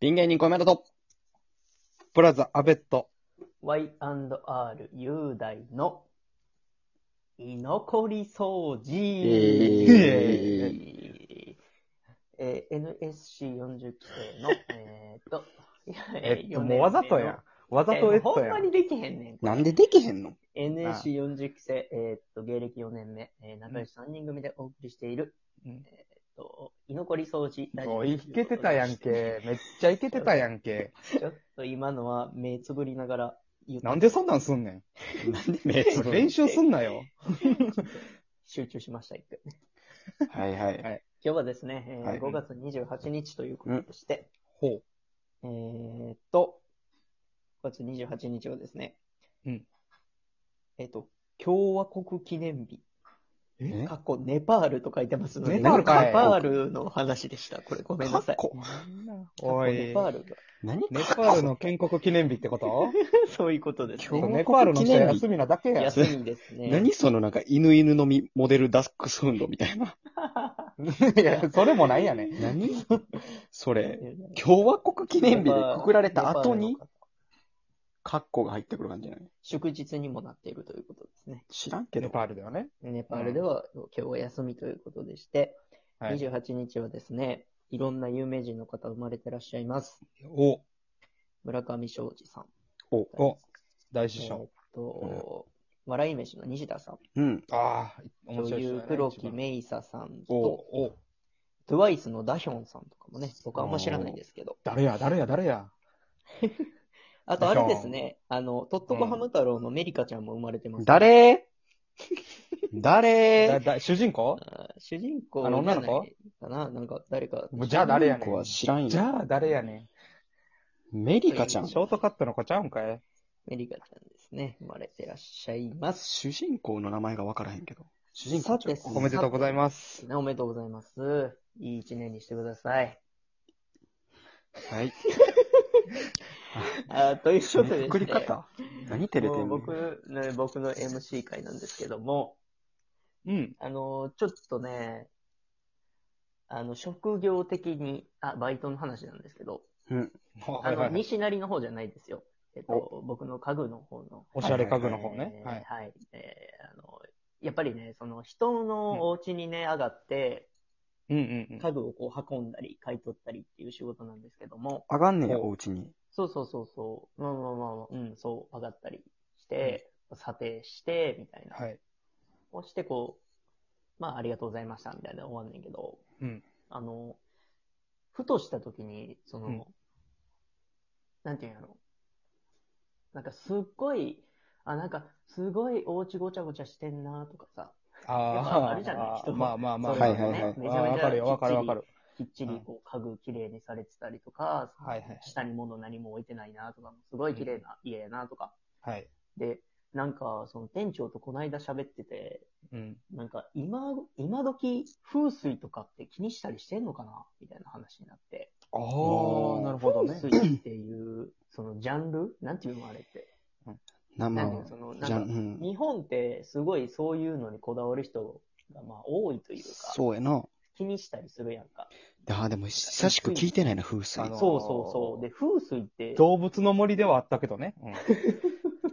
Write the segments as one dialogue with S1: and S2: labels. S1: ピン芸人小山田と、
S2: プラザアベット。
S3: Y&R 雄大の居残り掃除、
S1: え
S3: えー NSC40 期生の、えーっと、いや
S2: えっと、
S3: 4年
S2: もうわざとやん。わざ
S3: 生の。
S2: とえっ
S3: えー
S2: と
S3: ほん
S2: や
S3: ま
S2: ん。
S3: にできへんねん。
S1: なんでできへんの
S3: NSC40 期生、えーっと、芸歴4年目、えー仲良し3人組でお送りしている、
S2: うん
S3: えーっと、居残り掃除ラジオ
S2: おい、いけてたやんけ。めっちゃいけてたやんけ。
S3: ちょっと今のは目つぶりながら言って
S2: なんでそんなんすんね
S1: なんで目
S2: ん。練習すん なよ。
S3: 集中しました、一回。
S1: はいはい。
S3: 今日はですね、えー
S1: はい
S3: 5月28日ということでして、
S2: ほ
S3: えーっと、5月28日はですね、
S2: うん
S3: えーっと、共和国記念日。
S1: え
S3: 過去ネパールと書いてますので、
S2: ネパールかい
S3: ネパールの話でした。これご
S2: う。
S3: めんなさい。
S2: かっこおい。
S3: ネパールが。
S1: 何
S2: ネパールの建国記念日ってこと
S3: そういうことです
S1: 共
S3: ね。
S2: ネパールの人休みなだけや。
S3: 休みですね。
S1: 何そのなんか犬犬のみモデルダックスフンドみたいな。
S2: いや、それもないやね。
S1: 何 それ、共和国記念日でくくられた後
S3: ネ
S1: に
S3: パールの方、
S1: カッコが入ってくる感じじゃない
S3: 祝日にもなっているということですね。
S1: 知らんけ
S2: ネ
S1: ど。
S2: パールではね。
S3: ネパールでは今日は休みということでして、
S2: はい。
S3: 28日はですね、いろんな有名人の方生まれてらっしゃいます。
S2: お、
S3: 村上昌司さん。
S1: お
S2: お大
S3: え
S2: 師
S3: ーっ
S2: 匠。
S3: と、笑い飯の西田さん。
S1: うん。
S2: ああ、面
S3: 女
S2: 白い人や
S3: 優
S2: ね。
S3: 黒木
S2: 一番
S3: メイサさん
S2: お、
S3: と、
S2: お、
S3: トゥワイスのダヒョンさんとかもね、僕あんま知らないんですけど。
S2: 誰や、誰や、誰や。
S3: あとあれですね、あの、トットコハム太郎のメリカちゃんも生まれてます、
S1: 誰
S2: だ
S1: 誰
S2: だ主人公
S3: あー主人公
S2: あの女の子
S3: じゃないかななんか誰か。
S2: もうじゃあ誰やね
S1: 僕は
S2: ん。
S1: 知らん
S2: じ
S1: よ。
S2: ゃあ誰やねん。
S1: メリカちゃん
S2: シ。ョートカットの子ちゃうんかい
S3: メリカちゃんですね。生まれてらっしゃいます。
S1: 主人公の名前がわからへんけど。主人公ちゃう
S3: さて
S1: うん
S2: おめでとうございます。
S3: ね、おめでとうございます。いい一年にしてください。
S1: はい。
S3: あということで、ね、
S1: 作り方何照れて
S3: もうん
S1: の
S3: 僕の、僕の MC 会なんですけども、
S2: うん。
S3: あの、ちょっとね、あの、職業的に、あ、バイトの話なんですけど、あの、
S2: はいはいはい
S3: 西成の方じゃないですよ。えっと、僕の家具の方の。
S2: おしゃれ家具の方ね
S3: え。ー
S2: はい。
S3: はい。えーあの、やっぱりね、その人のお家にね、上がって、
S2: うんうんうん。
S3: 家具をこう運んだり、買い取ったりっていう仕事なんですけども、
S1: あがんねや、
S2: ほう
S1: おうちに。
S3: そうそうそうそう。まあまあまあまあ、うん、そう、上がったりして、査定して、みたいな。
S2: はい。
S3: をして、こう、まあ、ありがとうございました、みたいな終わんねんけど、
S2: うん。
S3: あの、ふとした時に、その、
S2: うん
S3: なんていうんやろ。なんかすっごい、あ、なんかすごいお家ごちゃごちゃしてんなとかさ、
S2: あ
S3: やっ
S2: あ
S3: ぱあれじゃない人は
S2: まあまあまあ。
S3: そう
S1: いうのねはいはいはい
S3: めちゃめちゃ
S2: わかるよ、わかるわかる。
S3: きっちりこう家具きれいにされてたりとか、その
S2: はいはいはい
S3: 下に物何も置いてないなとか、すごい綺麗な家やなとか。
S2: はい。
S3: で、なんかその店長とこないだ喋ってて、
S2: うん。
S3: なんか今、今時風水とかって気にしたりしてんのかなみたいな話になって。
S2: ああ
S1: ーなるほどね
S3: 風水っていう、そのジャンルなんていうのあれって。
S1: 生
S3: なんかその、
S1: じゃ、
S3: なんん
S1: う
S3: か、
S1: ん。
S3: 日本ってすごいそういうのにこだわる人がまあ多いというか、
S1: そうやな。
S3: 気にしたりするやんか。
S1: ああ、でも久しく聞いてないな、風水。
S2: あ
S1: あ
S2: のー
S3: そうそうそう。で、風水って、
S2: 動物の森ではあったけどね。うん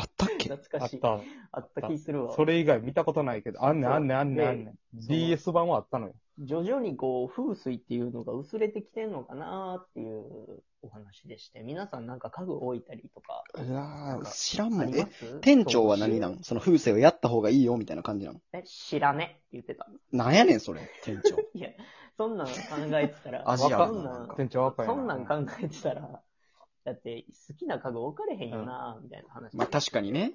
S1: ったっけ
S3: 懐
S2: あ
S3: か
S2: っ
S3: しい。あ
S2: た。
S3: った気するわ。
S2: それ以外見たことないけど、あんねんあんねんあんね
S3: そ
S2: ん
S3: う
S2: あんねん。
S3: その
S2: DS 版はあったのよ。
S3: 徐々にこう、風水っていうのが薄れてきてんのかなっていうお話でして、皆さんなんか家具置いたりとか、
S1: うわ
S3: なん
S1: ー
S3: か
S1: 知らん
S3: あ
S1: も
S3: り
S1: ん。
S3: ま
S1: え、
S3: す
S1: 店長は何
S3: な
S1: なんその風水をやった方がいいよ、みたいな感じなの。
S3: え、知らねって言ってた。
S1: なんやねん、それ、店 長。
S3: いや、そんなん考えてたら、
S1: アジア
S3: そ
S1: の
S3: んな
S1: なん
S3: ん
S1: か、
S2: 店長若いな。
S3: そんなん考えてたら、だって好きな家具置かれへんよな、みたいな話。
S1: まあ確かにね。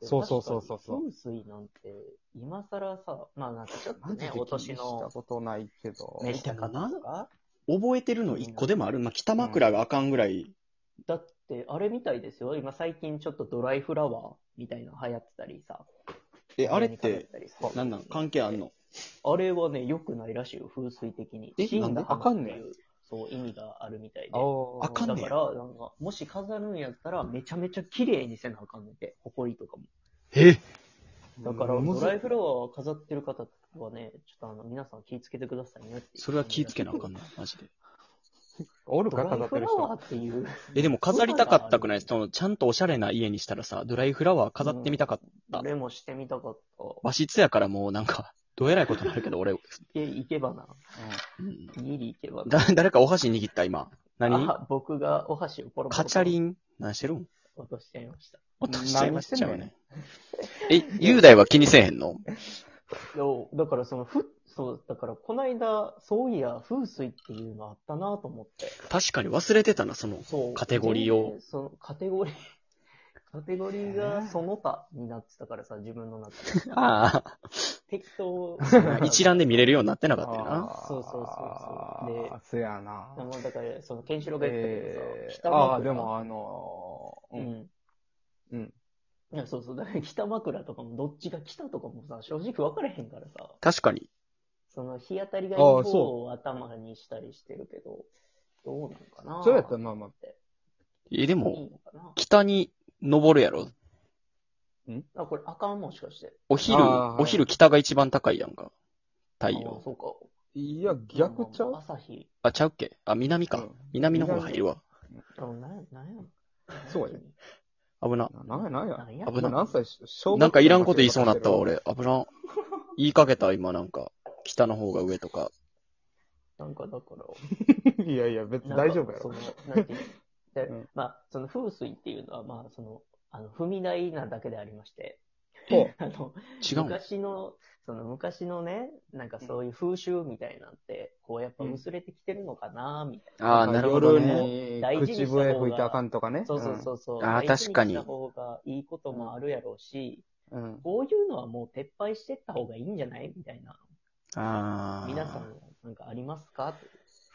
S3: で
S2: そうそうそうそう
S3: 確かに風水なんて、今更さ、まあなんかちょっと
S2: マジで
S3: ね、
S2: 気
S3: お
S2: に
S3: 年
S2: した
S3: の
S2: ことないけど。
S3: 召した方とか。
S1: 覚えてるの一個でもある。まあ北枕があかんぐらい。
S3: だって、あれみたいですよ。今最近ちょっとドライフラワーみたいなの流行ってたりさ。
S1: え、あれっ
S3: 飾
S1: て、
S3: たりする
S1: なんなん関係あんの
S3: あれはね、良くないらしいよ、風水的に。
S1: え
S3: 死
S1: なんで
S3: 花
S2: あかん
S3: って
S2: ね
S3: い
S2: ん
S3: うそう、意味があるみたいで。
S2: あ
S1: あかんね
S3: だ
S1: ん
S3: から、なんか、もし飾るんやったら、めちゃめちゃ綺麗にせなあかんねんて、埃とかも。
S1: え
S3: だから、
S2: うん
S3: ドライフラワーを飾ってる方はね、ちょっとあの、皆さん気ぃつけてくださいねって。
S1: それは気ぃつけなあかんな、マジで。
S2: おる
S3: ド
S2: か
S3: ライ
S2: 飾って
S3: フ
S2: る
S3: ラ
S2: 人。
S3: ワーっていう。
S1: え、でも飾りたかったくないその、ちゃんとおしゃれな家にしたらさ、ドライフラワー飾ってみたかった。あ
S3: 俺もしてみたかった。
S1: 和室やからもうなんか、どえらいことになるけど、俺、
S3: え、いけばな。
S1: うん
S3: ギリいけばな。
S1: だ、誰かお箸握った、今。何
S3: あ僕がお箸をポロポロ
S1: カチャリン何してるん
S3: 落としちゃいました。
S1: 落としちゃいましたよ
S2: 何
S1: ね。え、雄大は気にせえへんの
S3: いやだからその、ふ、そう、だからこの間、そういや、風水っていうのあったなと思って。
S1: 確かに忘れてたな、その。
S3: そう。
S1: カテゴリーを
S3: 全然その、カテゴリー、 カテゴリーがその他になってたからさ、自分の中 で。
S1: あ
S3: 適当。
S1: あ、一覧で見れるようになってなかったよな。
S2: あー
S3: そうそうそうそうで
S2: あーそやな。
S3: まあだから、 その、ケンシロウが言ってた
S2: えー
S3: けどさ、北枕。
S2: ああ、でもあのー
S3: う
S2: うん
S3: ん。
S2: うん
S3: いやそうそう。だから北枕とかもどっちが北とかもさ、正直分からへんからさ、
S1: 確かに。
S3: その日当たりがいい
S2: ああ
S3: 方
S2: そ
S3: を頭にしたりしてるけど、どうなんかな
S2: そうやったらまあまあ、
S1: え、で
S3: い
S1: も、
S3: いのかな
S1: 北に登るやろ。
S3: あ、これあかんもしかして。
S1: お昼、
S2: あー
S1: お昼北が一番高いやんか。太
S3: あ
S1: 陽。
S3: そうか。
S2: いや、逆ちゃ
S3: まあまあ
S2: う
S3: 朝日。
S1: あ、ちゃうっけあ、南か。
S2: うん
S1: 南の方が入るわ。
S3: あ、なんや、なんや。
S2: そうや
S1: 危な。
S2: ななんやなんや。
S3: なんや
S1: 危な
S2: 何歳小学生
S1: なんかいらんこと言いそうになったわ、俺。危な。言いかけた、今なんか。北の方が上とか。
S3: なんかだ から。
S2: いやいや、別に
S3: なんか
S2: 大丈夫や
S3: そ
S2: ろ
S3: の。、なんていうの で、
S2: うん
S3: まあ、その風水っていうのは、まあ、その、あの、踏み台なだけでありまして、
S2: ほう
S3: あの、
S1: 違うん
S3: 昔の、その昔のね、なんかそういう風習みたいなんて、こうやっぱ薄れてきてるのかな、みたい
S1: ああ、なるほど
S2: 夜
S1: ね。
S2: に口笛吹いてあかんとかね。
S3: な。そうそうそうそう。
S1: あー
S3: 大事
S1: 確
S3: に
S1: かに
S3: した方がいいこともあるやろうし、
S2: うん。うん。
S3: こういうのはもう撤廃してった方がいいんじゃないみたいな。
S1: ああ。
S3: 皆さん、なんかありますかと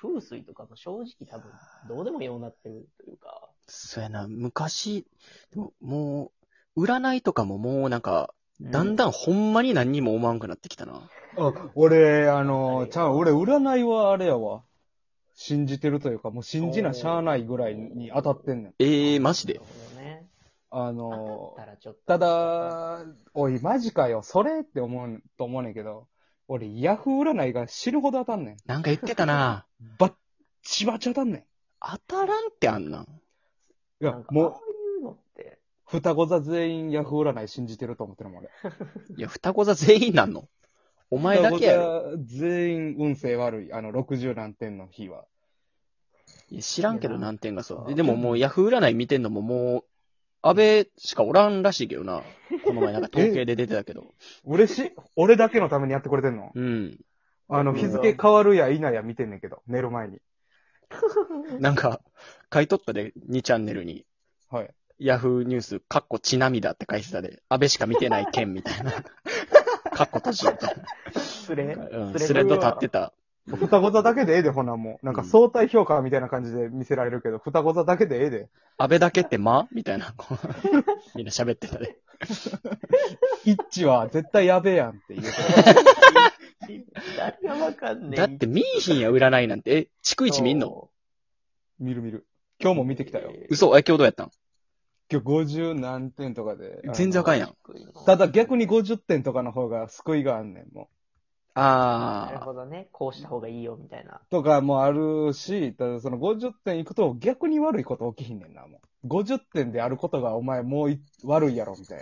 S3: 風水とかも正直多分、どうでもようなってるというか。
S1: そうやな、昔、でももう、占いとかももうなんか、だんだんほんまに何にも思わんくなってきたな。
S2: あ、俺、あの
S3: は
S2: ー、
S3: い
S2: ちゃう、俺、占いはあれやわ。信じてるというか、もう信じなしゃあないぐらいに当たってんねん。
S1: ええマジ
S3: な
S1: で
S3: る。ほどね。
S2: あ
S3: 当
S2: の
S3: たったらちょっと。
S2: ー、た、だ、おい、マジかよ、それって思う、と思うねんけど、俺、ヤフー占いが死ぬほど当たんねん。
S1: なんか言ってたな。
S2: ばっちばち当たんね
S1: 当たらんってあんなん。
S2: ん。い
S3: な
S2: や
S3: ん、か、ああい
S2: も
S3: うのって、
S2: う、双子座全員ヤフー占い信じてると思ってるもん、俺。
S1: いや、双子座全員なんの。お前だけやろ。
S2: 双子座全員運勢悪い、あの、60何点の日は。
S1: いや知らんけど
S3: いや
S1: 何点がそう。
S3: う
S1: で
S3: ん
S1: でももうヤフー占い見てんのももう、安倍しかおらんらしいけどな。この前 なんか統計で出てたけど。
S2: 嬉しい。俺だけのためにやってくれてんの
S1: うん。
S2: あの、
S3: うん
S2: 日付変わるや否や見てんねんけど、寝る前に。
S1: なんか、買い取ったで、2チャンネルに。
S2: はい。
S1: ヤフーニュース、かっこ血涙って書いてたで、安倍しか見てない件みた いな。かっこ閉じみたい
S3: 失礼。
S1: な。うん、
S3: スレッド
S1: スレッド立ってた。
S2: 双子座だけでええで、ほな、もう。なんか相対評価みたいな感じで見せられるけど、双子座だけでええで。
S1: 安倍だけって間みたいな。こうみんな喋ってたで。
S2: 一致は絶対やべえやんっていう。
S3: 誰がわかんねえ。
S1: だって見いひんや、占いなんて。え、逐一見んの
S3: そ
S2: 見る見る。今
S3: う、
S2: 日も見てきたよ。
S1: 嘘え、今日どうやったん
S2: 今日50何点とかで。
S1: 全然あかんやん。
S2: ただ逆に50点とかの方が救いがあんねん、も
S3: なる
S1: あ
S3: ほどね。こうした方がいいよ、みたいな
S2: う。。とかもあるし、ただその50点いくと逆に悪いこと起きひんねんな、もう。50点であることがお前もうい悪いやろ、みたい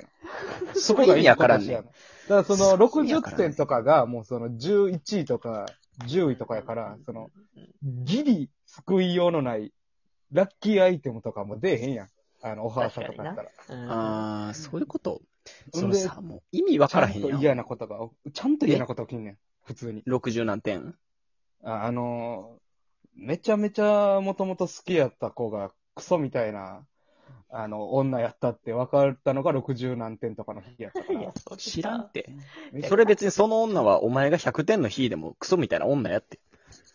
S2: な。
S1: ー。そこが意味わからんね
S2: だ
S1: ん
S2: か。らその
S1: そう意味わからん
S2: 60
S1: ね
S2: 点とかがもうその11位とか10位とかやから、そのギリ救いようのないラッキーアイテムとかも出えへんやん。あの、オファーさとかやったら。
S3: うん、
S1: あー、そういうこと。
S2: ほ
S1: そ
S2: ん
S1: の
S2: で
S1: さ、もう意味わ
S2: ち
S1: か
S2: ゃ
S1: ら
S2: ん
S1: へん
S2: と
S1: や
S2: 嫌
S1: ん。
S2: なことが、ちゃんと嫌なこと起きんねん。普通に。
S1: 60何点
S2: あ、あのーめちゃめちゃもともと好きやった子がクソみたいな、あの、女やったって分かったのが60何点とかの日やったか
S3: いや
S2: ら。
S3: それさ
S1: 知らんって。
S2: めっちゃ
S1: それ別にその女はお前が100点の日でもクソみたいな女やって。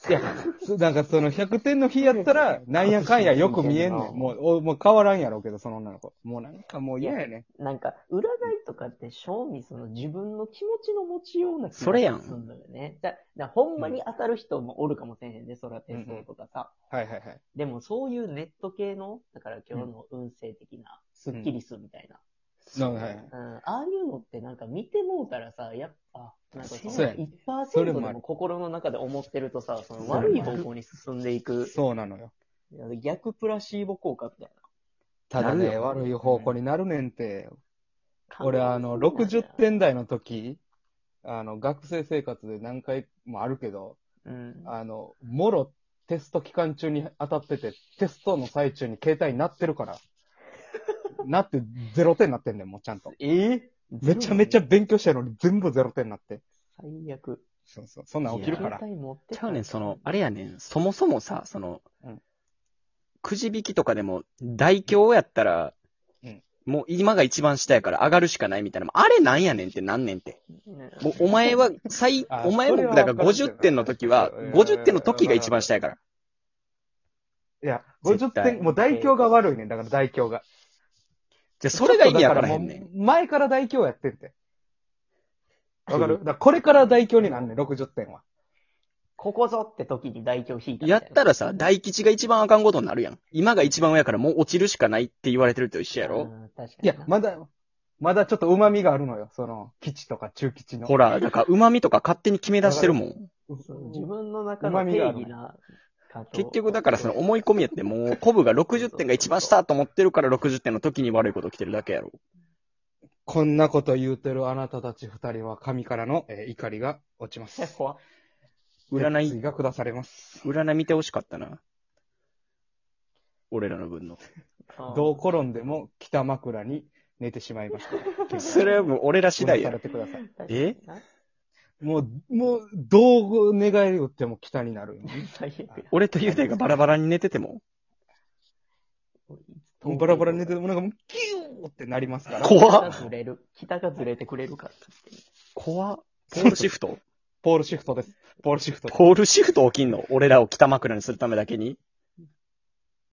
S2: いや、そなんかその100点の日やったら、なんやかんやよく見えんねん。もう、おもう変わらんやろうけど、その女の子。もうなんかもう嫌やね。
S3: なんか、占いとかって、正味その自分の気持ちの持ちような気が
S1: それやん
S3: すんだよね。だ、だほんまに当たる人もおるかもしれへんね、そら手相とかさ。
S2: はいはいはい。
S3: でもそういうネット系の、だから今日の運勢的な、スッキリするみたいな、
S2: そうはい
S3: うん、ああいうのってなんか見てもうたらさ、やっぱ、なんかそ
S2: そう
S3: の
S2: やねそれ
S3: 1%
S2: も
S3: で
S2: ある
S3: も心の中で思ってるとさ、その
S2: それ
S3: 悪い
S2: もある
S3: 方向に進んでいく、
S2: そうなのよ。
S3: 逆プラシーボ効果みたいな。
S2: た
S1: な
S2: だ
S1: る
S2: ね、
S1: よ
S2: 悪い方向になるねんて。
S3: 考え
S2: 俺、あの、
S3: すぎなんだよ
S2: 60。点台の時、あの、学生生活で何回もあるけど、
S3: うん。
S2: あの、もろテスト期間中に当たってて、テストの最中に携帯になって るから。なって、ゼロ点になってんねん、もうちゃんと。
S3: ええ
S2: めちゃめちゃ勉強したのに全部ゼロ点になって。
S3: 最悪。
S2: そうそう。そんなん起きるから。
S3: 携帯持って
S1: ち
S3: た
S1: ゃ
S3: ら
S1: うねん、その、あれやねん、そもそもさ、その、
S2: うん
S1: くじ引きとかでも、大凶やったら、
S2: うん
S1: もう今が一番下やから上がるしかないみたいな、あれなんやねんってなんねんって。
S3: ね
S1: もうお前は最、
S2: あ
S1: お前も
S2: それは
S1: だから
S2: 分かってる
S1: 50点の時は
S2: うん、
S1: 50点の時が一番下やから。
S2: いや、
S1: 絶
S2: 50
S1: 対
S2: 点、もう大凶が悪いねん、だから大凶が。
S1: じゃ、それが意味わからへ
S2: も
S1: んねん。
S2: う前から大凶やってんて。わか
S1: う
S2: る
S1: ん
S2: だからこれから大凶になんねん、60点は。
S3: ここぞって時に代表引いたみ
S1: や
S3: いな
S1: ったらさ、大吉が一番あかんことになるやん。今が一番上やからもう落ちるしかないって言われてると一緒や
S3: う
S1: ろ、
S3: ん確か
S2: い
S3: にな。
S2: や、まだ、まだちょっと旨味があるのよ、その、基地とか中基地の。
S1: ほら、だから旨味とか勝手に決め出してるもん。
S3: そう
S2: うん
S3: 自分の中
S2: うま
S3: の
S2: み
S3: 定
S2: がある
S3: 義な加藤
S1: 結局だからその思い込みやってもう、コブが60点が一番下と思ってるから60点の時に悪いこと来てるだけやろ。
S2: こんなこと言うてるあなたたち二人は神からの、えー怒りが落ちま
S3: え
S2: す。
S3: 怖っ
S1: 占い
S2: 決意が下されます。
S1: 占い見てほしかったな。俺らの分の。
S2: どう転んでも北枕に寝てしまいまし た。
S1: それはもう俺ら次第
S2: ごめんなさいや
S1: や
S2: っ。てく
S3: 確
S2: ださい。
S3: かに
S1: え
S3: な
S2: もう、もう、どう願いを打っても北になる。
S3: 最悪や。
S1: 俺と雄大がバラバラに寝てても。
S2: もうバラバラに寝ててもなんかもう、キューってなりますから。
S3: 北
S1: 怖
S3: が
S1: っ
S3: ずれる。北がずれてくれるから。
S1: 怖っポールシフト
S2: ポールシフトです。ポールシフト。
S1: ポールシフト起きんの俺らを北枕にするためだけに